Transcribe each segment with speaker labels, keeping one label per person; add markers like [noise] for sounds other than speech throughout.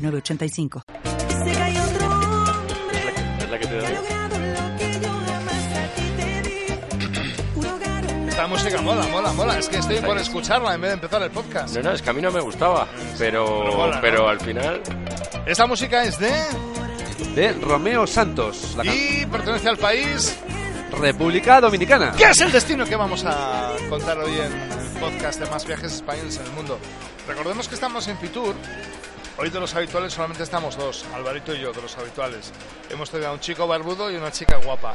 Speaker 1: 985.
Speaker 2: Se cayó otro hombre.
Speaker 3: Es la que te
Speaker 2: Ha
Speaker 3: doy.
Speaker 2: logrado lo que yo jamás a ti te di. Un hogar, una
Speaker 4: Esta música mola, mola, mola. Es que estoy por escucharla en vez de empezar el podcast.
Speaker 3: No, no, es que a mí no me gustaba,
Speaker 4: Pero
Speaker 3: pero,
Speaker 4: mola, ¿no?
Speaker 3: pero al final...
Speaker 4: Esta música es de...
Speaker 5: de Romeo Santos, la can-
Speaker 4: Y pertenece al país...
Speaker 5: República Dominicana.
Speaker 4: ¿Qué es el destino que vamos a contar hoy en el podcast de más viajes españoles en el mundo? Recordemos que estamos en Fitur. Hoy de los habituales solamente estamos dos, Alvarito y yo, de los habituales. Hemos tenido a un chico barbudo y una chica
Speaker 5: [laughs]
Speaker 4: guapa.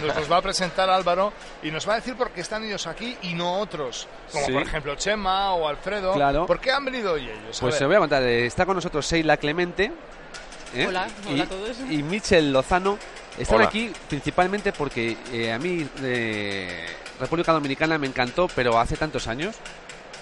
Speaker 4: Nos los va a presentar Álvaro y nos va a decir por qué están ellos aquí y no otros. Como
Speaker 5: Sí.
Speaker 4: por ejemplo Chema o Alfredo.
Speaker 5: Claro.
Speaker 4: ¿Por qué han venido hoy ellos? A
Speaker 5: Pues se
Speaker 4: ver.
Speaker 5: voy a contar. eh, Está con nosotros Sheila Clemente. ¿eh?
Speaker 6: Hola,
Speaker 5: y,
Speaker 6: hola a todos.
Speaker 5: Y Michel Lozano. Están
Speaker 3: Hola.
Speaker 5: aquí principalmente porque eh, a mí eh, República Dominicana me encantó, pero hace tantos años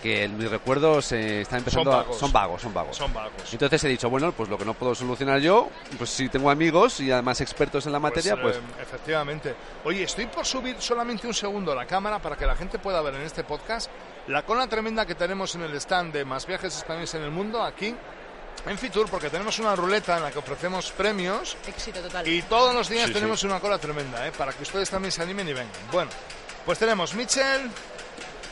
Speaker 5: que mis recuerdos eh, están empezando a-
Speaker 4: vagos.
Speaker 5: son vagos, son vagos.
Speaker 4: Son vagos.
Speaker 5: Entonces he dicho, bueno, pues lo que no puedo solucionar yo, pues si tengo amigos y además expertos en la materia, pues,
Speaker 4: eh, efectivamente. Oye, estoy por subir solamente un segundo la cámara para que la gente pueda ver en este podcast la cola tremenda que tenemos en el stand de Más Viajes Españoles en el Mundo, aquí en Fitur, porque tenemos una ruleta en la que ofrecemos premios
Speaker 6: Éxito total.
Speaker 4: y todos los días
Speaker 3: Sí, sí.
Speaker 4: tenemos una cola tremenda, ¿eh? para que ustedes también se animen y vengan. Bueno, pues tenemos Mitchell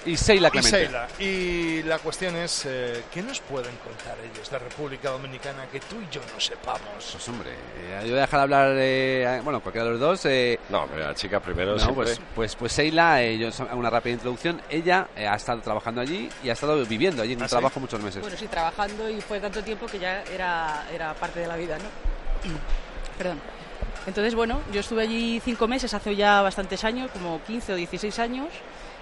Speaker 5: y Sheila
Speaker 4: y
Speaker 5: Clemente.
Speaker 4: Sheila. Y la cuestión es, eh, ¿qué nos pueden contar ellos de República Dominicana que tú y yo no sepamos?
Speaker 5: Pues hombre, eh, yo voy a dejar hablar, eh, a- bueno, cualquiera de los dos. eh,
Speaker 3: No, pero la chica primero
Speaker 5: no,
Speaker 3: siempre.
Speaker 5: pues, pues, pues Sheila, eh, yo hago una rápida introducción, ella eh, ha estado trabajando allí y ha estado viviendo allí en
Speaker 4: ¿Ah,
Speaker 5: un
Speaker 4: sí?
Speaker 5: trabajo muchos meses.
Speaker 6: Bueno, sí, trabajando y fue tanto tiempo que ya era, era parte de la vida, ¿no? [clears throat] Perdón. Entonces, bueno, yo estuve allí cinco meses, hace ya bastantes años, como 15 o 16 años,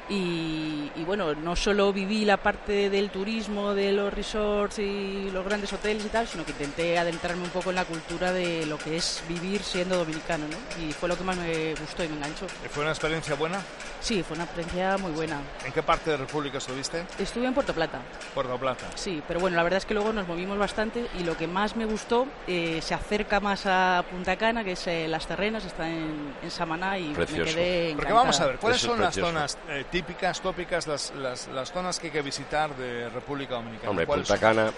Speaker 6: y, y, bueno, no solo viví la parte del turismo, de los resorts y los grandes hoteles y tal, sino que intenté adentrarme un poco en la cultura de lo que es vivir siendo dominicano, ¿no? Y fue lo que más me gustó y me enganchó.
Speaker 4: ¿Fue una experiencia buena?
Speaker 6: Sí, fue una experiencia muy buena.
Speaker 4: ¿En qué parte de República estuviste?
Speaker 6: Estuve en Puerto Plata,
Speaker 4: Puerto Plata.
Speaker 6: Sí, pero bueno, la verdad es que luego nos movimos bastante y lo que más me gustó eh, se acerca más a Punta Cana, que es eh, Las Terrenas, está en, en Samaná y
Speaker 3: Precioso.
Speaker 6: me quedé
Speaker 4: Porque
Speaker 6: encantada.
Speaker 4: vamos a ver, ¿cuáles
Speaker 3: Eso es
Speaker 4: son las
Speaker 3: precioso.
Speaker 4: zonas eh, típicas, tópicas, las, las, las zonas que hay que visitar de República Dominicana?
Speaker 3: Hombre,
Speaker 4: ¿Cuáles
Speaker 3: Punta
Speaker 4: son?
Speaker 3: Cana.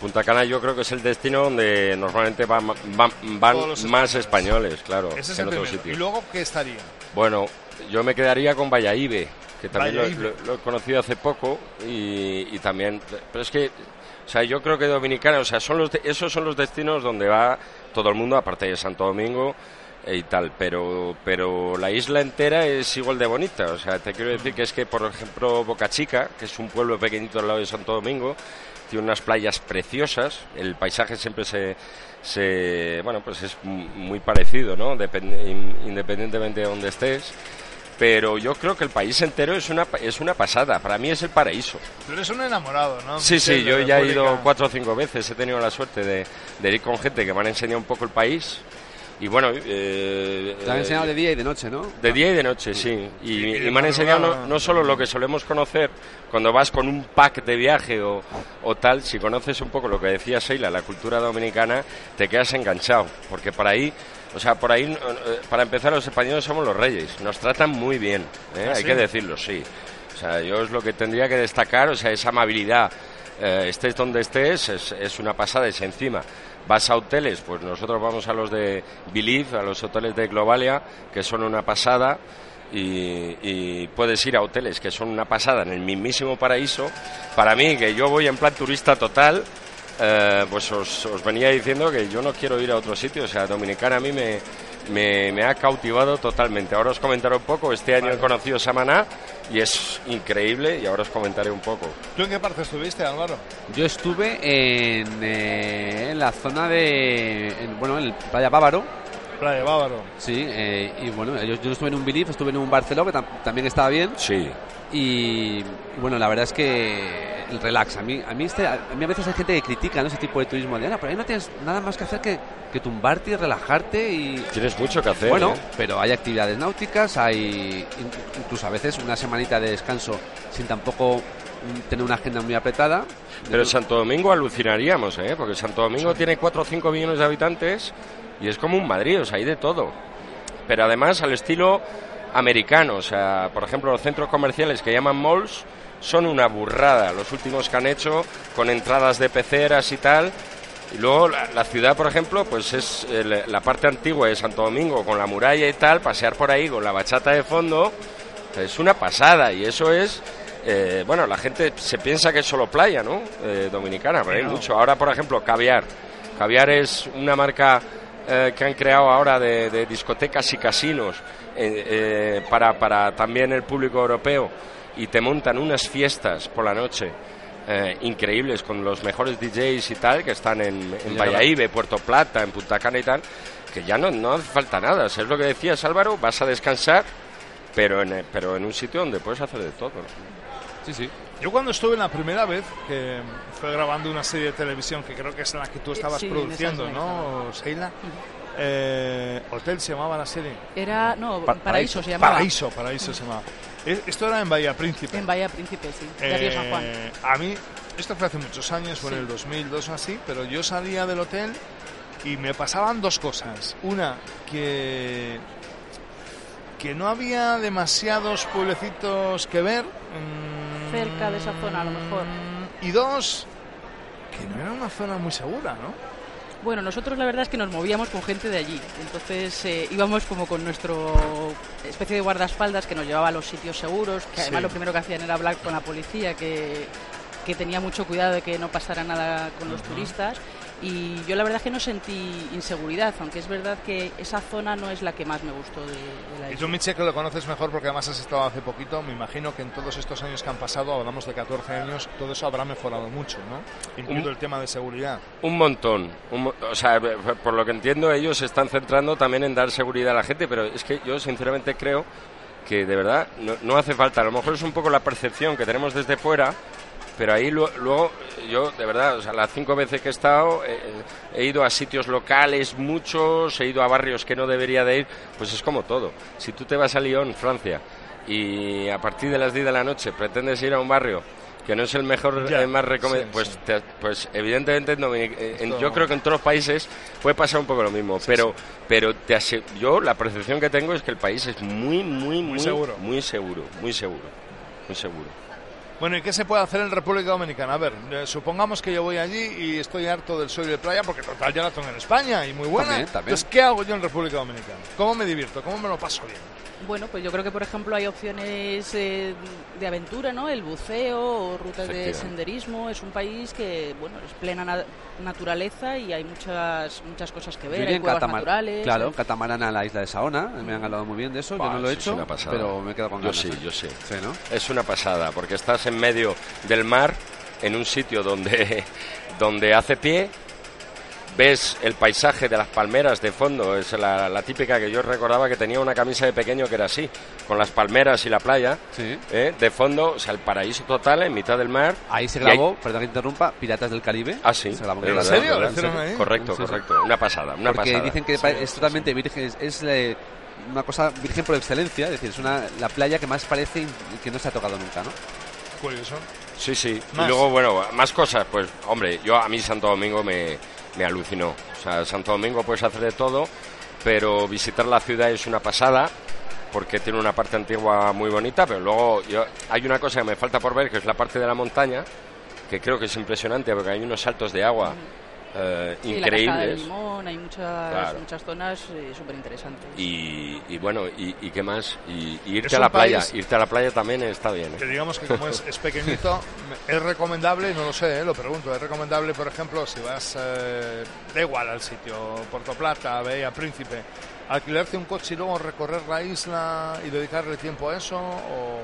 Speaker 3: Punta Cana yo creo que es el destino donde normalmente van, van- van
Speaker 4: Todos los
Speaker 3: más
Speaker 4: españoles.
Speaker 3: españoles, claro,
Speaker 4: Ese es
Speaker 3: que en
Speaker 4: el
Speaker 3: otros
Speaker 4: primero. ¿Y
Speaker 3: sitios.
Speaker 4: luego qué estaría?
Speaker 3: Bueno, yo me quedaría con Valladolid, que también lo,
Speaker 4: Valladolid.
Speaker 3: lo- lo he conocido hace poco y, y también... Pero es que, o sea, yo creo que Dominicana, o sea, son los de- esos son los destinos donde va todo el mundo, aparte de Santo Domingo eh, y tal, pero, pero la isla entera es igual de bonita, o sea, te quiero decir que es que, por ejemplo, Boca Chica, que es un pueblo pequeñito al lado de Santo Domingo, tiene unas playas preciosas, el paisaje siempre se, se bueno, pues es m- muy parecido, ¿no? Depende- in- independientemente de donde estés. Pero yo creo que el país entero es una, pa- es una pasada. Para mí es el paraíso.
Speaker 4: Tú eres un enamorado, ¿no?
Speaker 3: Sí, sí,
Speaker 4: Michel, de
Speaker 3: yo ya he ido
Speaker 4: República.
Speaker 3: cuatro o cinco veces. He tenido la suerte de, de ir con gente que me han enseñado un poco el país. Y bueno, eh,
Speaker 5: Te han
Speaker 3: eh,
Speaker 5: enseñado de día y de noche, ¿no?
Speaker 3: de día y de noche, sí. Y,
Speaker 4: Y- y de
Speaker 3: y me han enseñado
Speaker 4: madrugada.
Speaker 3: no, no solo lo que solemos conocer cuando vas con un pack de viaje o, o tal, si conoces un poco lo que decía Sheila, la cultura dominicana, te quedas enganchado. Porque por ahí, o sea, por ahí, eh, para empezar, los españoles somos los reyes. Nos tratan muy bien, ¿eh?
Speaker 4: ¿Ah,
Speaker 3: hay
Speaker 4: sí?
Speaker 3: que decirlo, sí. O sea, yo es lo que tendría que destacar, o sea, esa amabilidad. Eh, estés donde estés, es, es una pasada, es encima. Vas a hoteles, pues nosotros vamos a los de Believe, a los hoteles de Globalia, que son una pasada, y, y puedes ir a hoteles que son una pasada en el mismísimo paraíso. Para mí, que yo voy en plan turista total, eh, pues os, os venía diciendo que yo no quiero ir a otro sitio, o sea, Dominicana a mí me, me, me ha cautivado totalmente. Ahora os comentaré un poco, este año he conocido Samaná y es increíble y ahora os comentaré un poco.
Speaker 4: ¿Tú en qué parte estuviste, Álvaro?
Speaker 5: Yo estuve en, eh, en la zona de, en- bueno, en el Playa Bávaro,
Speaker 4: Playa Bávaro.
Speaker 5: sí, eh, y bueno, yo, yo no estuve en un Belief, estuve en un Barceló, que tam- también estaba bien,
Speaker 3: Sí,
Speaker 5: y bueno, la verdad es que el relax. A mí, a mí, este- a mí a veces hay gente que critica ¿no? ese tipo de turismo. De, "Ana, pero ahí no tienes nada más que hacer que, que tumbarte y relajarte y...
Speaker 3: Tienes mucho que hacer.
Speaker 5: Bueno,
Speaker 3: ¿eh?
Speaker 5: pero hay actividades náuticas, hay in- incluso a veces una semanita de descanso sin tampoco mm, tener una agenda muy apretada.
Speaker 3: Pero Santo Domingo alucinaríamos, ¿eh? Porque Santo Domingo tiene 4 o 5 millones de habitantes y es como un Madrid, o sea, hay de todo. Pero además al estilo americano, o sea, por ejemplo, los centros comerciales que llaman malls son una burrada, los últimos que han hecho con entradas de peceras y tal. Y luego la, la ciudad, por ejemplo, pues es eh, la- la parte antigua de Santo Domingo con la muralla y tal, pasear por ahí con la bachata de fondo, es una pasada y eso es, eh, bueno, la gente se piensa que es solo playa, ¿no? Eh, dominicana, pero hay mucho. Ahora, por ejemplo, Caviar. Caviar es una marca eh, que han creado ahora de, de discotecas y casinos eh, eh, para, para también el público europeo y te montan unas fiestas por la noche. eh, increíbles con los mejores DJs y tal que están en, en
Speaker 5: Ya,
Speaker 3: Valladolid, Puerto Plata, en Punta Cana y tal, que ya no, no hace falta nada. O sea, Es lo que decías Álvaro, vas a descansar pero en, eh, pero en un sitio donde puedes hacer de todo.
Speaker 5: Sí, sí.
Speaker 4: Yo cuando estuve la primera vez, que fue grabando una serie de televisión que creo que es en la que tú estabas
Speaker 6: Eh, sí, en esa
Speaker 4: produciendo,
Speaker 6: es la
Speaker 4: ¿no, Sheila? Eh, Hotel se llamaba la serie.
Speaker 6: Era, no,
Speaker 5: Pa-
Speaker 6: Paraíso,
Speaker 5: Paraíso,
Speaker 6: se llamaba.
Speaker 4: Paraíso, Paraíso se llamaba. Es- Esto era en Bahía Príncipe.
Speaker 6: En Bahía Príncipe, sí. De Río San Juan.
Speaker 4: Eh, a mí, esto fue hace muchos años, fue en
Speaker 6: Sí.
Speaker 4: el 2002 o así, pero yo salía del hotel y me pasaban dos cosas. Una, que, que no había demasiados pueblecitos que ver. mm,
Speaker 6: Cerca de esa zona, a lo mejor.
Speaker 4: Y dos, que no era una zona muy segura, ¿no?
Speaker 6: Bueno, nosotros la verdad es que nos movíamos con gente de allí. Entonces eh, íbamos como con nuestro especie de guardaespaldas que nos llevaba a los sitios seguros, que además
Speaker 4: Sí.
Speaker 6: lo primero que hacían era hablar con la policía, que, que tenía mucho cuidado de que no pasara nada con los turistas. Y yo la verdad es que no sentí inseguridad, aunque es verdad que esa zona no es la que más me gustó de, de la
Speaker 4: Y
Speaker 6: isla.
Speaker 4: tú, Miche, que lo conoces mejor porque además has estado hace poquito, me imagino que en todos estos años que han pasado, hablamos de 14 años, todo eso habrá mejorado mucho, ¿no? Incluido el tema de seguridad.
Speaker 3: Un montón. un mo- o sea, por lo que entiendo, ellos se están centrando también en dar seguridad a la gente, pero es que yo sinceramente creo que de verdad no, no hace falta. A lo mejor es un poco la percepción que tenemos desde fuera, pero ahí lu- luego yo, de verdad, o sea, las cinco veces que he estado, eh, eh, he ido a sitios locales muchos, he ido a barrios que no debería de ir, pues es como todo. Si tú te vas a Lyon, Francia, y a partir de las 10 de la noche pretendes ir a un barrio que no es el mejor,
Speaker 4: Ya,
Speaker 3: el más recomendado,
Speaker 4: sí,
Speaker 3: pues
Speaker 4: sí.
Speaker 3: te- pues evidentemente en Dominic- eh, en-
Speaker 4: Esto-
Speaker 3: yo creo que en todos los países puede pasar un poco lo mismo, pero pero te ase- yo la percepción que tengo es que el país es muy muy muy
Speaker 4: seguro.
Speaker 3: muy seguro, muy seguro, muy seguro.
Speaker 4: Bueno, ¿y qué se puede hacer en República Dominicana? A ver, eh, supongamos que yo voy allí y estoy harto del sol y de playa, porque total ya la tengo en España y muy buena.
Speaker 5: También, también.
Speaker 4: Entonces, ¿qué hago yo en República Dominicana? ¿Cómo me divierto? ¿Cómo me lo paso bien?
Speaker 6: Bueno, pues yo creo que por ejemplo hay opciones eh, de aventura, ¿no? El buceo o rutas de
Speaker 3: Efectivamente.
Speaker 6: senderismo. Es un país que, bueno, es plena na- naturaleza y hay muchas muchas cosas que
Speaker 5: Yo
Speaker 6: ver.
Speaker 5: iría
Speaker 6: Hay
Speaker 5: en
Speaker 6: cuevas
Speaker 5: catamar-
Speaker 6: naturales. ¿eh?
Speaker 5: Claro, en
Speaker 6: hay-
Speaker 5: catamarán a la isla de Saona. Me han hablado muy bien de eso.
Speaker 3: Buah,
Speaker 5: yo no lo he
Speaker 3: eso es
Speaker 5: hecho,
Speaker 3: una pasada.
Speaker 5: pero me he quedado con
Speaker 3: Yo
Speaker 5: ganas.
Speaker 3: sí,
Speaker 5: ¿eh?
Speaker 3: yo sí.
Speaker 5: Sí, ¿no?
Speaker 3: Es una pasada porque estás en medio del mar en un sitio donde [laughs] donde hace pie ves el paisaje de las palmeras de fondo, es la, la típica que yo recordaba que tenía una camisa de pequeño que era así, con las palmeras y la playa,
Speaker 5: Sí.
Speaker 3: ¿eh? de fondo, o sea, el paraíso total en mitad del mar,
Speaker 5: Ahí se
Speaker 3: Y ahí-
Speaker 5: grabó, perdón que interrumpa, Piratas del Caribe.
Speaker 3: Ah, sí.
Speaker 5: Se grabó
Speaker 3: Es
Speaker 5: en
Speaker 3: verdad,
Speaker 5: Granada.
Speaker 4: serio?
Speaker 3: ¿verdad?
Speaker 4: ¿Lo hicieron ahí?
Speaker 3: Correcto,
Speaker 5: Sí, sí.
Speaker 3: correcto. Una pasada, una
Speaker 5: porque
Speaker 3: pasada.
Speaker 5: dicen que pa- es totalmente virgen, es, es, eh, una cosa virgen por excelencia, es decir, es una, la playa que más parece in- que no se ha tocado nunca, ¿no?
Speaker 4: Curioso.
Speaker 3: Sí, sí.
Speaker 4: Más.
Speaker 3: Y luego, bueno, más cosas. Pues, hombre, yo a mí Santo Domingo me, me alucinó. O sea, Santo Domingo puedes hacer de todo, pero visitar la ciudad es una pasada porque tiene una parte antigua muy bonita, pero luego yo- hay una cosa que me falta por ver, que es la parte de la montaña, que creo que es impresionante porque hay unos saltos de agua eh,
Speaker 6: sí, la cascada de
Speaker 3: increíbles.
Speaker 6: limón, hay muchas,
Speaker 3: Claro.
Speaker 6: muchas zonas eh, súper interesantes.
Speaker 3: Y, y bueno, y, y qué más? Y, y
Speaker 4: Es
Speaker 3: irte a
Speaker 4: un
Speaker 3: la playa.
Speaker 4: país-
Speaker 3: Irte a la playa también está bien. ¿eh?
Speaker 4: Que digamos que como es, es pequeñito, es recomendable, no lo sé, eh, lo pregunto, es recomendable, por ejemplo, si vas, eh, da igual al sitio, Puerto Plata, Bahía Príncipe, alquilarte un coche y luego recorrer la isla y dedicarle tiempo a eso, o,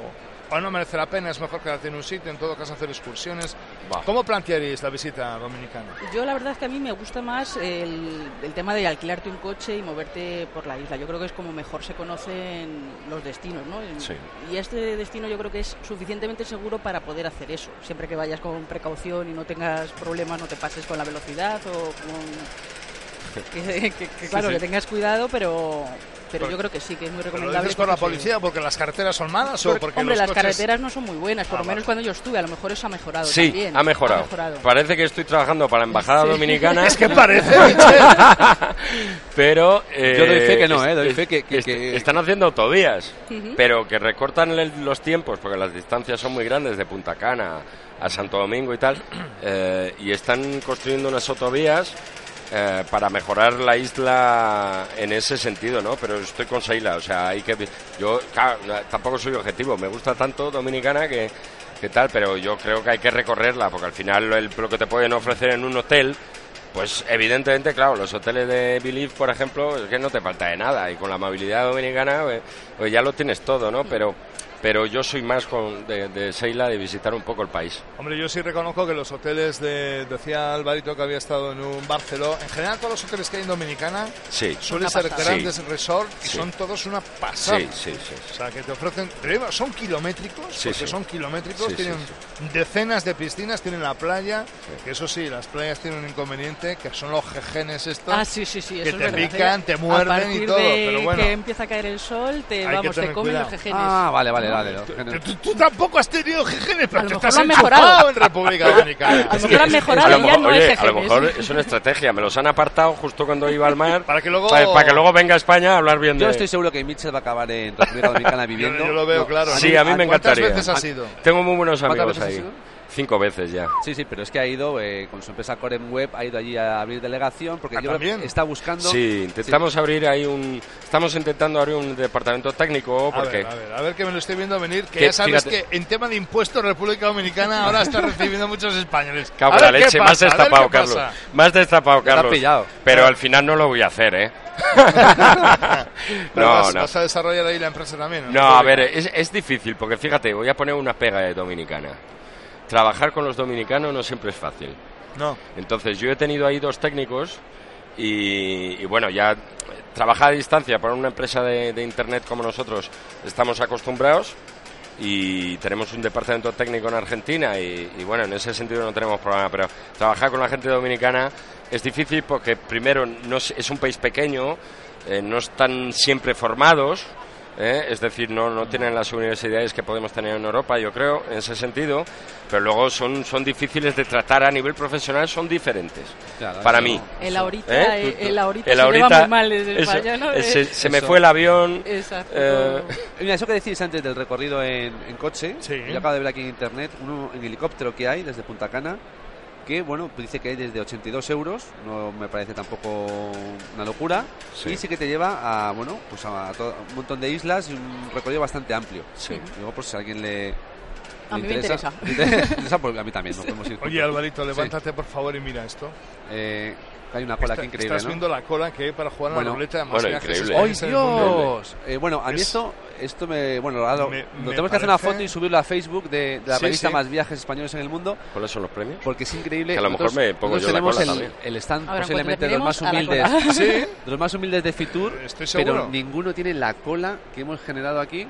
Speaker 4: o no merece la pena, es mejor quedarte en un sitio, en todo caso hacer excursiones.
Speaker 3: Va.
Speaker 4: ¿Cómo plantearíais la visita dominicana?
Speaker 6: Yo la verdad es que a mí me gusta más el, el tema de alquilarte un coche y moverte por la isla. Yo creo que es como mejor se conocen los destinos, ¿no? En-
Speaker 3: Sí.
Speaker 6: Y este destino yo creo que es suficientemente seguro para poder hacer eso. Siempre que vayas con precaución y no tengas problemas, no te pases con la velocidad o con...
Speaker 4: [laughs]
Speaker 6: Que, que- que, claro,
Speaker 4: sí.
Speaker 6: que tengas cuidado, pero, pero
Speaker 4: Pero-
Speaker 6: yo creo que sí, que es muy
Speaker 4: ¿Pero lo
Speaker 6: recomendable.
Speaker 4: dices por la
Speaker 6: porque sí.
Speaker 4: policía o porque las carreteras son malas o
Speaker 6: Porque,
Speaker 4: porque
Speaker 6: hombre,
Speaker 4: los
Speaker 6: las
Speaker 4: coches-
Speaker 6: carreteras no son muy buenas, por
Speaker 4: Ah,
Speaker 6: lo menos
Speaker 4: vale.
Speaker 6: cuando yo estuve, a lo mejor eso ha mejorado
Speaker 3: Sí,
Speaker 6: también.
Speaker 3: ha mejorado.
Speaker 6: Ha mejorado.
Speaker 3: Parece que estoy trabajando para la Embajada
Speaker 6: Sí. [laughs]
Speaker 3: Dominicana.
Speaker 4: Es que parece, Michel.
Speaker 5: [laughs]
Speaker 3: pero. eh,
Speaker 5: Yo doy fe que no,
Speaker 3: es-
Speaker 5: eh, doy
Speaker 3: es-
Speaker 5: fe que- que-
Speaker 3: est-
Speaker 5: que-
Speaker 3: Están haciendo autovías,
Speaker 6: Ujú.
Speaker 3: pero que recortan el- los tiempos porque las distancias son muy grandes de Punta Cana a Santo Domingo y
Speaker 5: [clears throat]
Speaker 3: tal. eh, y están construyendo unas autovías. eh, para mejorar la isla en ese sentido, ¿no? Pero estoy con Seila, o sea, hay que... Yo claro, no, tampoco soy objetivo, me gusta tanto Dominicana que, que tal, pero yo creo que hay que recorrerla, porque al final lo, el- lo que te pueden ofrecer en un hotel, pues evidentemente, claro, los hoteles de Believe, por ejemplo, es que no te falta de nada, y con la amabilidad dominicana, pues, pues ya lo tienes todo, ¿no? Pero, pero yo soy más con, de, de Seila de visitar un poco el país.
Speaker 4: Hombre, yo sí reconozco que los hoteles de. Decía Alvarito que había estado en un Barceló. En general, todos los hoteles que hay en Dominicana
Speaker 3: Sí, sí,
Speaker 4: suelen
Speaker 6: Una
Speaker 4: ser
Speaker 6: pasada.
Speaker 4: grandes resort y
Speaker 3: Sí.
Speaker 4: son todos una pasada.
Speaker 3: sí, sí. sí.
Speaker 4: O sea, que te ofrecen. te digo, Son kilométricos,
Speaker 3: Sí,
Speaker 4: porque
Speaker 3: sí.
Speaker 4: son kilométricos,
Speaker 3: Sí, sí,
Speaker 4: tienen decenas de piscinas, tienen la playa. Que eso sí, las playas tienen un inconveniente, que son los jejenes estos.
Speaker 6: Ah, sí, sí, sí.
Speaker 4: que
Speaker 6: eso
Speaker 4: te
Speaker 6: es verdad.
Speaker 4: pican, te
Speaker 6: A
Speaker 4: muerden y
Speaker 6: partir
Speaker 4: todo,
Speaker 6: de
Speaker 4: pero bueno.
Speaker 6: que empieza a caer el sol, te,
Speaker 4: que
Speaker 6: vamos,
Speaker 4: tener
Speaker 6: te comen
Speaker 4: cuidado.
Speaker 6: los jejenes.
Speaker 5: Ah, vale, vale, vale. lo-
Speaker 4: Tú, tú- tú tampoco has tenido jejenes,
Speaker 6: A
Speaker 4: pero
Speaker 6: lo
Speaker 4: te
Speaker 6: mejor
Speaker 4: estás
Speaker 6: lo han mejorado.
Speaker 4: enchufado en República Dominicana.
Speaker 6: [laughs] a lo mejor
Speaker 3: [laughs]
Speaker 6: han
Speaker 3: A
Speaker 6: mejorado
Speaker 3: lo
Speaker 6: y
Speaker 3: mejor,
Speaker 6: ya no
Speaker 3: oye,
Speaker 6: es
Speaker 3: a lo
Speaker 6: jejenes.
Speaker 3: mejor es una estrategia. Me los han apartado justo cuando iba al mar.
Speaker 4: [laughs] Para que luego-
Speaker 3: Para, para que luego venga a España a hablar bien
Speaker 5: Yo
Speaker 3: de...
Speaker 5: estoy seguro que Mitchell va a acabar
Speaker 4: [laughs]
Speaker 5: en República Dominicana
Speaker 4: Yo,
Speaker 5: viviendo.
Speaker 4: yo lo veo
Speaker 5: No,
Speaker 4: claro.
Speaker 3: Sí,
Speaker 4: ¿no?
Speaker 3: a mí me
Speaker 4: ¿Cuántas
Speaker 3: encantaría.
Speaker 4: veces has ido?
Speaker 3: Tengo muy buenos
Speaker 5: ¿Cuántas
Speaker 3: amigos
Speaker 5: veces
Speaker 3: ahí.
Speaker 5: has ido?
Speaker 3: Cinco veces ya.
Speaker 5: Sí, sí, pero es que ha ido eh, con su empresa Corem Web, ha ido allí a abrir delegación porque
Speaker 4: Ah,
Speaker 5: yo creo que
Speaker 4: también.
Speaker 5: está buscando.
Speaker 3: Sí, intentamos abrir ahí un... Estamos intentando abrir un departamento técnico
Speaker 4: A ver,
Speaker 3: porque...
Speaker 4: a ver, a ver que me lo estoy viendo venir, que
Speaker 3: Que,
Speaker 4: ya sabes
Speaker 3: fíjate-
Speaker 4: que en tema de impuestos República Dominicana ahora está
Speaker 3: [laughs]
Speaker 4: recibiendo muchos españoles.
Speaker 3: Cago
Speaker 4: A
Speaker 3: en la
Speaker 4: ver qué
Speaker 3: leche, más
Speaker 4: pasa, a ver
Speaker 3: destapado,
Speaker 4: qué
Speaker 3: Carlos.
Speaker 4: pasa.
Speaker 3: Más destapado,
Speaker 5: te has
Speaker 3: Carlos.
Speaker 5: pillado.
Speaker 3: Pero al final no lo voy a hacer, ¿eh?
Speaker 4: [laughs] Pero
Speaker 3: no,
Speaker 4: vas,
Speaker 3: no.
Speaker 4: vas a desarrollar ahí la empresa también. ¿o
Speaker 3: No, a ver, es, es difícil, porque fíjate, voy a poner una pega de dominicana. Trabajar con los dominicanos no siempre es fácil.
Speaker 4: No.
Speaker 3: Entonces yo he tenido ahí dos técnicos y, y, bueno, ya eh, trabajar a distancia para una empresa de, de Internet como nosotros estamos acostumbrados y tenemos un departamento técnico en Argentina y, y, bueno, en ese sentido no tenemos problema, pero trabajar con la gente dominicana es difícil porque primero no es, es un país pequeño, eh, no están siempre formados. ¿eh? Es decir, no, no tienen las universidades que podemos tener en Europa, yo creo, en ese sentido, pero luego son, son difíciles de tratar a nivel profesional, son diferentes
Speaker 5: Claro,
Speaker 3: para
Speaker 5: eso-
Speaker 3: mí.
Speaker 6: El ahorita,
Speaker 3: ¿Eh? Tú- tú-
Speaker 6: el ahorita
Speaker 3: el
Speaker 6: se lleva
Speaker 3: ahorita-
Speaker 6: muy mal desde
Speaker 3: eso,
Speaker 6: España, ¿no?
Speaker 3: eh, Se, se me
Speaker 5: Eso.
Speaker 3: fue el avión.
Speaker 6: Exacto.
Speaker 3: eh,
Speaker 5: Mira, eso que decís antes del recorrido en, en coche,
Speaker 4: Sí.
Speaker 5: yo acabo de ver aquí en internet uno en helicóptero que hay desde Punta Cana, que bueno, dice que hay desde 82 euros, no me parece tampoco una locura,
Speaker 3: Sí.
Speaker 5: y sí que te lleva a, bueno, pues a, to- un montón de islas y un recorrido bastante amplio.
Speaker 3: Sí.
Speaker 5: Luego, por si a alguien le...
Speaker 6: A
Speaker 5: le
Speaker 6: mí me interesa.
Speaker 5: [laughs] Le interesa, pues a mí también, nos podemos ir
Speaker 4: Oye,
Speaker 5: juntos.
Speaker 4: Alvarito,
Speaker 5: Sí.
Speaker 4: levántate por favor y mira esto.
Speaker 5: Eh, hay una cola
Speaker 4: Está-
Speaker 5: aquí increíble,
Speaker 4: Estás
Speaker 5: ¿no?
Speaker 4: viendo la cola que hay para jugar a la
Speaker 5: Bueno,
Speaker 4: ruleta. Más
Speaker 3: bueno,
Speaker 4: viajes
Speaker 3: increíble.
Speaker 5: ¡Ay,
Speaker 4: españoles en Este, el mundo.
Speaker 5: Dios! Eh, bueno, a mí
Speaker 4: Es-
Speaker 5: esto, esto me. Bueno, ahora lo-
Speaker 4: Me-
Speaker 5: lo
Speaker 4: me
Speaker 5: tenemos que hacer una
Speaker 4: parece-
Speaker 5: foto y subirlo a Facebook de, de la
Speaker 4: Sí,
Speaker 5: revista
Speaker 4: sí.
Speaker 5: Más Viajes Españoles en el Mundo,
Speaker 3: ¿Cuáles son los premios?
Speaker 5: porque es increíble.
Speaker 3: Que a lo mejor me pongo
Speaker 5: nosotros
Speaker 3: yo la
Speaker 5: tenemos
Speaker 3: cola
Speaker 5: el,
Speaker 3: también.
Speaker 5: el stand
Speaker 6: Ahora, en cuanto
Speaker 5: posiblemente de los más
Speaker 6: terminemos, a
Speaker 5: [laughs]
Speaker 6: la
Speaker 5: humildes.
Speaker 4: Sí,
Speaker 5: de los más humildes de Fitur,
Speaker 4: Estoy
Speaker 5: pero
Speaker 4: seguro.
Speaker 5: ninguno tiene la cola que hemos generado aquí.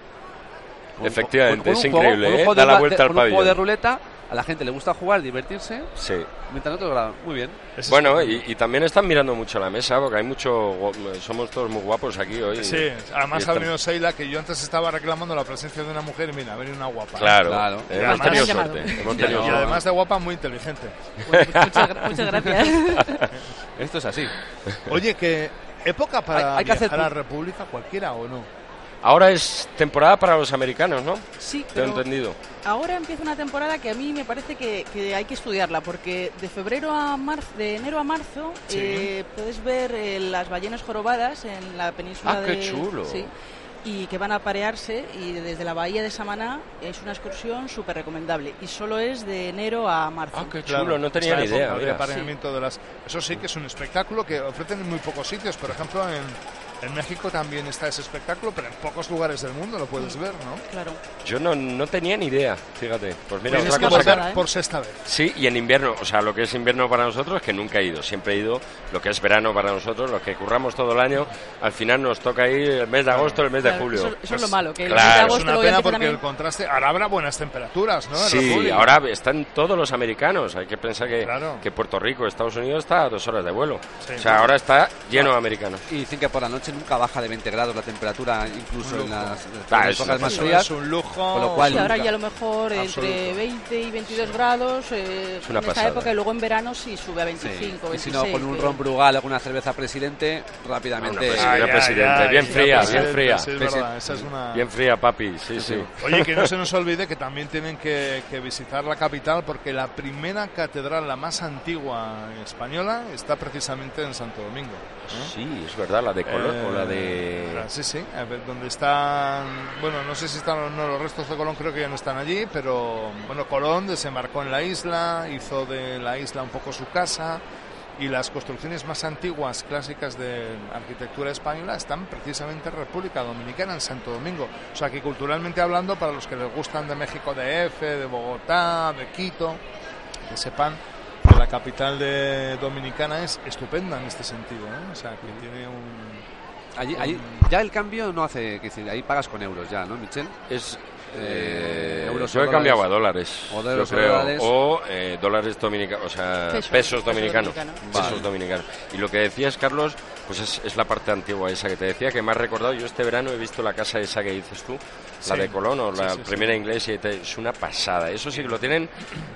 Speaker 3: Efectivamente, es
Speaker 5: un juego-
Speaker 3: increíble,
Speaker 5: con un
Speaker 3: ¿eh?
Speaker 5: juego
Speaker 3: Da
Speaker 5: de
Speaker 3: la
Speaker 5: rula-
Speaker 3: vuelta
Speaker 5: de-
Speaker 3: al
Speaker 5: con un juego de
Speaker 3: pabellón.
Speaker 5: ruleta, a la gente le gusta jugar, divertirse,
Speaker 3: Sí.
Speaker 5: mientras otros graban. Muy bien.
Speaker 4: Ese
Speaker 3: Bueno,
Speaker 4: es-
Speaker 3: y, y también están mirando mucho la mesa, porque hay mucho. gu- Somos todos muy guapos aquí hoy.
Speaker 4: Sí,
Speaker 3: Y
Speaker 4: además ha
Speaker 3: están-
Speaker 4: venido Seila, que yo antes estaba reclamando la presencia de una mujer y mira, ha venido una guapa.
Speaker 3: Claro.
Speaker 5: Claro.
Speaker 3: eh,
Speaker 5: Y
Speaker 3: hemos
Speaker 4: además-
Speaker 3: tenido
Speaker 6: Me han llamado.
Speaker 3: suerte. Hemos
Speaker 5: Ya,
Speaker 3: tenido
Speaker 4: Y
Speaker 5: no.
Speaker 3: suerte.
Speaker 4: además de guapa, muy inteligente.
Speaker 3: [laughs]
Speaker 6: Bueno,
Speaker 5: [laughs]
Speaker 6: pues
Speaker 4: [laughs]
Speaker 6: muchas, gra- muchas gracias.
Speaker 5: Esto es así.
Speaker 4: Oye, que época para
Speaker 5: Hay- hay que hacer
Speaker 4: viajar a
Speaker 5: pu-
Speaker 4: República cualquiera o no.
Speaker 3: Ahora es temporada para los americanos, ¿no?
Speaker 6: Sí,
Speaker 3: Te he
Speaker 6: pero
Speaker 3: entendido.
Speaker 6: ahora empieza una temporada que a mí me parece que, que hay que estudiarla, porque de febrero a marzo, de enero a marzo,
Speaker 4: Sí.
Speaker 6: eh, puedes ver eh, las ballenas jorobadas en la península
Speaker 3: Ah,
Speaker 6: de...
Speaker 3: qué chulo.
Speaker 6: Sí. y que van a parearse y desde la bahía de Samaná es una excursión súper recomendable y solo es de enero a marzo.
Speaker 3: Ah, qué
Speaker 4: Claro,
Speaker 3: chulo, no tenía
Speaker 4: esta
Speaker 3: ni idea.
Speaker 4: época de
Speaker 3: mira.
Speaker 4: apareamiento de las... Eso sí que es un espectáculo que ofrecen en muy pocos sitios. Por ejemplo, en, En México también está ese espectáculo, pero en pocos lugares del mundo lo puedes ver, ¿no?
Speaker 6: Claro.
Speaker 3: Yo no, no tenía ni idea, fíjate. Pues mira,
Speaker 4: Tienes
Speaker 3: otra cosa que-
Speaker 4: que volver
Speaker 6: pasada, ¿eh?
Speaker 4: por sexta vez.
Speaker 3: Sí, y en invierno, o sea, lo que es invierno para nosotros, que nunca he ido, siempre he ido, lo que es verano para nosotros, lo que curramos todo el año, al final nos toca ir el mes de agosto, el mes de
Speaker 6: Claro,
Speaker 3: julio. Pues
Speaker 6: eso- eso es lo malo, que el
Speaker 3: Claro.
Speaker 6: mes de
Speaker 4: Es
Speaker 6: agosto
Speaker 4: una
Speaker 6: lo voy a
Speaker 4: pena
Speaker 6: decir
Speaker 4: porque
Speaker 6: también.
Speaker 4: el contraste. Ahora habrá buenas temperaturas, ¿no? En
Speaker 3: Sí,
Speaker 4: República.
Speaker 3: ahora están todos los americanos. Hay que pensar que,
Speaker 4: Claro.
Speaker 3: que Puerto Rico, Estados Unidos, está a dos horas de vuelo.
Speaker 4: Sí. Ah.
Speaker 3: o sea, ahora está lleno de americanos.
Speaker 5: Y dicen que por la noche nunca baja de 20 grados la temperatura, incluso en las, en las
Speaker 3: Ah, es
Speaker 5: épocas
Speaker 3: una
Speaker 5: más
Speaker 4: Eso
Speaker 5: frías.
Speaker 4: Es un lujo.
Speaker 5: Con lo cual-
Speaker 6: Sí, ahora
Speaker 5: nunca.
Speaker 6: ya a lo mejor entre
Speaker 4: Absoluto.
Speaker 6: 20 y 22 grados eh, en
Speaker 3: una
Speaker 6: esta
Speaker 3: pasada.
Speaker 6: época y luego en verano sí sube a
Speaker 5: Sí.
Speaker 6: 25,
Speaker 5: Y
Speaker 6: 26.
Speaker 5: si no, con un
Speaker 6: que-
Speaker 5: ron brugal o con una cerveza presidente,
Speaker 3: Una
Speaker 5: rápidamente.
Speaker 3: presi- una
Speaker 4: ya,
Speaker 3: presidente,
Speaker 4: ya,
Speaker 3: bien
Speaker 4: ya,
Speaker 3: fría, bien
Speaker 4: presidente,
Speaker 3: fría.
Speaker 4: sí, es
Speaker 5: Presi-
Speaker 4: verdad, esa es una-
Speaker 3: Bien fría, papi, sí, sí.
Speaker 4: [laughs] Oye, que no se nos olvide que también tienen que, que visitar la capital porque la primera catedral, la más antigua española, está precisamente en Santo Domingo. ¿eh?
Speaker 3: Sí, es verdad, la de Colón o la de...
Speaker 4: Eh, Sí, sí, a ver, donde están... Bueno, no sé si están o no los restos de Colón, creo que ya no están allí, pero bueno, Colón desembarcó en la isla, hizo de la isla un poco su casa y las construcciones más antiguas clásicas de arquitectura española están precisamente en República Dominicana, en Santo Domingo. O sea que culturalmente hablando, para los que les gustan de México DF, de Bogotá, de Quito, que sepan que la capital de Dominicana es estupenda en este sentido. ¿eh? O sea que tiene un...
Speaker 5: Allí, allí-
Speaker 4: Mm.
Speaker 5: ya el cambio no hace, que decir, ahí pagas con euros ya, ¿no, Michel?
Speaker 3: Es,
Speaker 5: Eh,
Speaker 3: eh,
Speaker 5: euros
Speaker 3: yo
Speaker 5: o
Speaker 3: he cambiado a
Speaker 5: dólares.
Speaker 3: dólares,
Speaker 5: O
Speaker 3: yo
Speaker 5: euros o
Speaker 3: creo.
Speaker 5: dólares.
Speaker 3: O, eh, dólares dominicanos, o sea,
Speaker 6: Pesos,
Speaker 3: pesos,
Speaker 6: pesos
Speaker 3: dominicanos.
Speaker 6: dominicanos.
Speaker 3: Pesos
Speaker 5: Vale.
Speaker 3: dominicanos. Y lo que decías, Carlos, pues es, es la parte antigua esa que te decía, que me has recordado. Yo este verano he visto la casa esa que dices tú, la
Speaker 4: Sí.
Speaker 3: de Colón o
Speaker 4: Sí,
Speaker 3: la
Speaker 4: sí, sí.
Speaker 3: primera inglesa, y te- es una pasada. Eso sí que lo tienen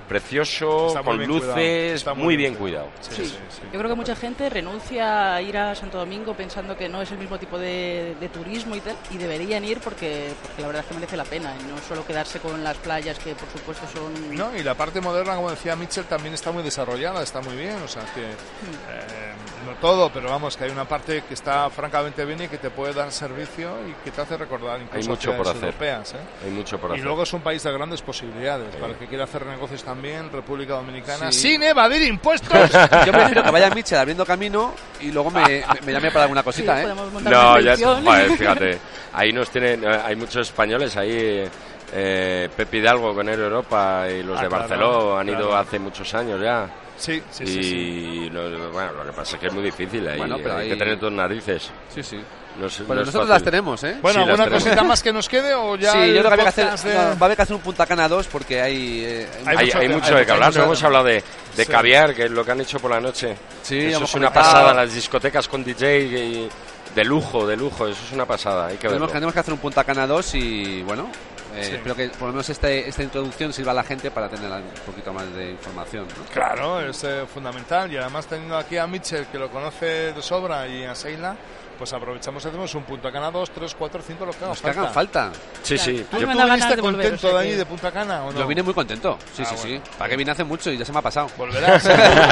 Speaker 3: precioso,
Speaker 4: Está muy
Speaker 3: con
Speaker 4: bien
Speaker 3: luces,
Speaker 4: cuidado, está
Speaker 3: muy bien cuidado.
Speaker 6: Sí. Yo creo que mucha gente renuncia a ir a Santo Domingo pensando que no es el mismo tipo de, de turismo y tal, y deberían ir porque, porque la verdad es que merece la pena, y no solo quedarse con las playas que por supuesto son...
Speaker 4: No, y la parte moderna, como decía Mitchell, también está muy desarrollada, está muy bien, o sea que eh, no todo, pero vamos, que hay una parte que está francamente bien y que te puede dar servicio y que te hace recordar incluso
Speaker 3: mucho por
Speaker 4: ciudades
Speaker 3: hacer.
Speaker 4: europeas. ¿eh?
Speaker 3: Hay mucho por
Speaker 4: Y
Speaker 3: hacer.
Speaker 4: luego es un país de grandes posibilidades, para el que quiera hacer negocios también, República Dominicana,
Speaker 5: Sí.
Speaker 4: sin
Speaker 3: [laughs]
Speaker 4: evadir impuestos.
Speaker 5: Yo prefiero que vaya Michel abriendo camino y luego me, me- me llame para alguna
Speaker 6: Sí,
Speaker 5: cosita, ¿eh?
Speaker 6: podemos montar
Speaker 3: No,
Speaker 6: una
Speaker 3: ya, [laughs]
Speaker 6: expedición. [laughs]
Speaker 3: joder, fíjate, ahí nos tienen, eh, hay muchos españoles ahí, eh, Pepe Hidalgo con Aero Europa y los
Speaker 4: Ah,
Speaker 3: de
Speaker 4: claro,
Speaker 3: Barcelona han ido
Speaker 4: claro.
Speaker 3: hace muchos años ya.
Speaker 4: sí, sí,
Speaker 3: y
Speaker 4: sí, sí.
Speaker 3: no- bueno, lo que pasa es que es muy difícil ahí,
Speaker 5: Bueno, pero
Speaker 3: hay
Speaker 5: ahí-
Speaker 3: que tener dos narices.
Speaker 5: Sí, sí.
Speaker 3: No es-
Speaker 5: Pero
Speaker 3: no es fácil.
Speaker 5: nosotros las tenemos, ¿eh?
Speaker 4: Bueno,
Speaker 3: Sí, las
Speaker 4: ¿alguna
Speaker 3: tenemos.
Speaker 4: cosita más que nos quede o ya
Speaker 5: sí,
Speaker 4: el
Speaker 5: yo creo que había que hacer,
Speaker 4: podcast de-
Speaker 5: no, va a haber que hacer un Punta Cana 2 porque hay... eh,
Speaker 4: Hay
Speaker 3: Hay,
Speaker 4: mucho
Speaker 3: hay
Speaker 4: tema,
Speaker 3: mucho
Speaker 4: hay
Speaker 3: de
Speaker 4: mucho
Speaker 3: que hablar, no
Speaker 4: tema.
Speaker 3: hemos hablado de, de
Speaker 4: Sí.
Speaker 3: caviar, que es lo que han hecho por la noche.
Speaker 5: Sí,
Speaker 3: eso
Speaker 5: hemos
Speaker 3: es una
Speaker 5: comentado.
Speaker 3: pasada, las discotecas con DJ y- de lujo, de lujo, eso es una pasada, hay que verlo.
Speaker 5: Tenemos, que- tenemos que hacer un Punta Cana 2 y, bueno, eh,
Speaker 4: Sí.
Speaker 5: espero que por lo menos este- esta introducción sirva a la gente para tener un poquito más de información, ¿no?
Speaker 4: Claro, es eh, fundamental y además teniendo aquí a Mitchell que lo conoce de sobra y a Seila, pues aprovechamos y hacemos un punto a Cana 2, 3, 4, 5, lo que haga
Speaker 5: Los que
Speaker 4: falta.
Speaker 5: hagan falta.
Speaker 3: Sí, sí,
Speaker 4: ¿Tú,
Speaker 6: Yo-
Speaker 4: tú
Speaker 6: Me han dado
Speaker 4: viniste
Speaker 6: ganas de
Speaker 4: contento
Speaker 6: volver, o sea
Speaker 4: de
Speaker 6: que-
Speaker 4: ahí de Punta Cana o no?
Speaker 5: Yo vine muy contento. Sí,
Speaker 4: Ah,
Speaker 5: sí,
Speaker 4: bueno.
Speaker 5: sí. Para que vine hace mucho y ya se me ha pasado. [laughs]
Speaker 3: [laughs]
Speaker 4: Volverás.
Speaker 3: [laughs]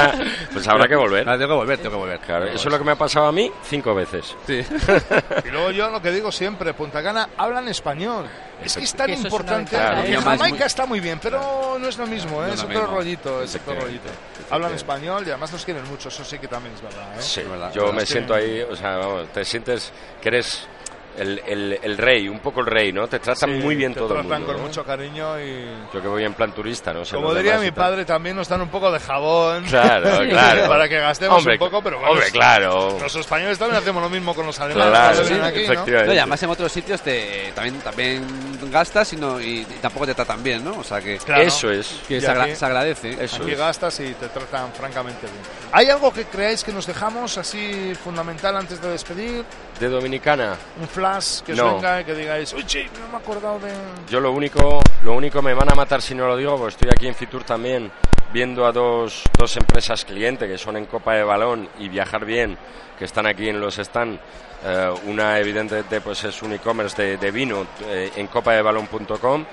Speaker 3: pues habrá que volver.
Speaker 5: Ah, tengo que volver, tengo que volver.
Speaker 3: Claro, eso es lo que me ha pasado a mí cinco veces.
Speaker 4: ¿Eh?
Speaker 5: Sí.
Speaker 4: y luego yo lo que digo siempre, Punta Cana hablan español. Es que es tan
Speaker 6: Que eso es una
Speaker 4: importante.
Speaker 6: ventaja,
Speaker 4: porque
Speaker 5: ¿eh? Claro,
Speaker 4: Jamaica
Speaker 5: es muy-
Speaker 4: está muy bien, pero no es lo mismo, ¿eh?
Speaker 5: No es
Speaker 4: es
Speaker 5: lo
Speaker 4: otro
Speaker 5: mismo.
Speaker 4: rollito, es otro
Speaker 3: Efectivamente,
Speaker 4: rollito. Hablan
Speaker 3: efectivamente.
Speaker 4: español y además nos quieren mucho, eso sí que también es verdad, ¿eh?
Speaker 3: Sí,
Speaker 5: Es verdad.
Speaker 3: yo
Speaker 5: Es
Speaker 3: me
Speaker 4: que-
Speaker 3: siento ahí, o sea, vamos, te sientes que eres el, el- el rey, un poco el rey, ¿no? Te tratan
Speaker 4: Sí,
Speaker 3: muy bien
Speaker 4: te
Speaker 3: todo el
Speaker 4: tratan
Speaker 3: mundo.
Speaker 4: con
Speaker 3: ¿no?
Speaker 4: mucho cariño y
Speaker 3: Yo que voy en plan turista, ¿no? Sé
Speaker 4: Como
Speaker 3: los
Speaker 4: diría
Speaker 3: demás y
Speaker 4: mi
Speaker 3: tal.
Speaker 4: padre, también nos dan un poco de jabón.
Speaker 3: Claro,
Speaker 4: [laughs]
Speaker 3: claro.
Speaker 4: Para que gastemos
Speaker 3: Hombre,
Speaker 4: un poco, pero bueno.
Speaker 3: Hombre,
Speaker 4: es-
Speaker 3: claro.
Speaker 4: Los españoles también hacemos lo mismo con los alemanes.
Speaker 3: Claro,
Speaker 4: cuando vienen aquí, ¿no?
Speaker 3: efectivamente.
Speaker 5: No, y además en otros sitios te, también, también gastas y, no, y, y tampoco te tratan bien, ¿no? O sea que,
Speaker 4: Claro.
Speaker 3: Eso es.
Speaker 5: que
Speaker 4: Y
Speaker 5: se, agra-
Speaker 4: aquí-
Speaker 5: se agradece.
Speaker 3: Eso
Speaker 4: Aquí
Speaker 3: es.
Speaker 4: gastas y te tratan francamente bien. ¿Hay algo que creáis que nos dejamos así fundamental antes de despedir?
Speaker 3: De Dominicana.
Speaker 4: Un flash que os
Speaker 3: No.
Speaker 4: venga y que digáis, uy, chi, no me he acordado de.
Speaker 3: Yo lo único, lo único me van a matar si no lo digo, porque estoy aquí en Fitur también viendo a dos, dos empresas clientes que son en Copa de Balón y Viajar Bien, que están aquí en los stand. Eh, una evidentemente pues es un e-commerce de, de vino eh, en copadebalón.com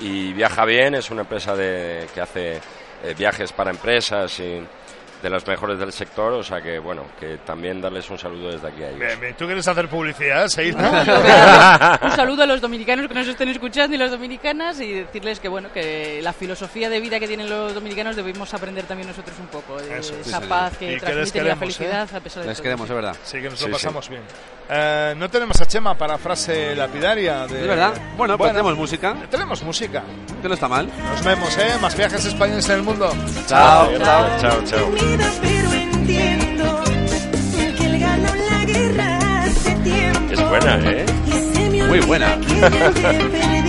Speaker 3: y Viaja Bien es una empresa de, que hace eh, viajes para empresas y, de las mejores del sector, o sea que bueno, que también darles un saludo desde aquí a ellos.
Speaker 4: Bien, bien. ¿Tú quieres hacer publicidad, Seila?
Speaker 6: Un saludo a los dominicanos que nos estén escuchando y las dominicanas y decirles que bueno que la filosofía de vida que tienen los dominicanos debemos aprender también nosotros un poco de
Speaker 4: Eso es.
Speaker 6: esa
Speaker 5: Sí,
Speaker 6: paz
Speaker 4: Y que
Speaker 6: que
Speaker 4: les
Speaker 6: transmite y la
Speaker 4: queremos,
Speaker 6: felicidad a pesar de
Speaker 5: Les
Speaker 6: todo.
Speaker 5: queremos, es verdad.
Speaker 4: Sí, que nos
Speaker 3: Sí,
Speaker 4: lo
Speaker 3: sí.
Speaker 4: pasamos bien. Eh, no tenemos a Chema para frase lapidaria.
Speaker 3: Eh,
Speaker 4: De...
Speaker 5: Es verdad. Bueno, pues tenemos música,
Speaker 4: Tenemos música.
Speaker 5: que no está mal.
Speaker 4: Nos vemos, ¿eh? Más viajes españoles en el mundo.
Speaker 3: chao, chao. chao.
Speaker 2: unidos, pero entiendo que él ganó la guerra hace tiempo.
Speaker 3: Es buena, ¿eh?
Speaker 2: Y se me
Speaker 5: Muy
Speaker 2: olvida
Speaker 5: buena.
Speaker 2: que yo te perdí.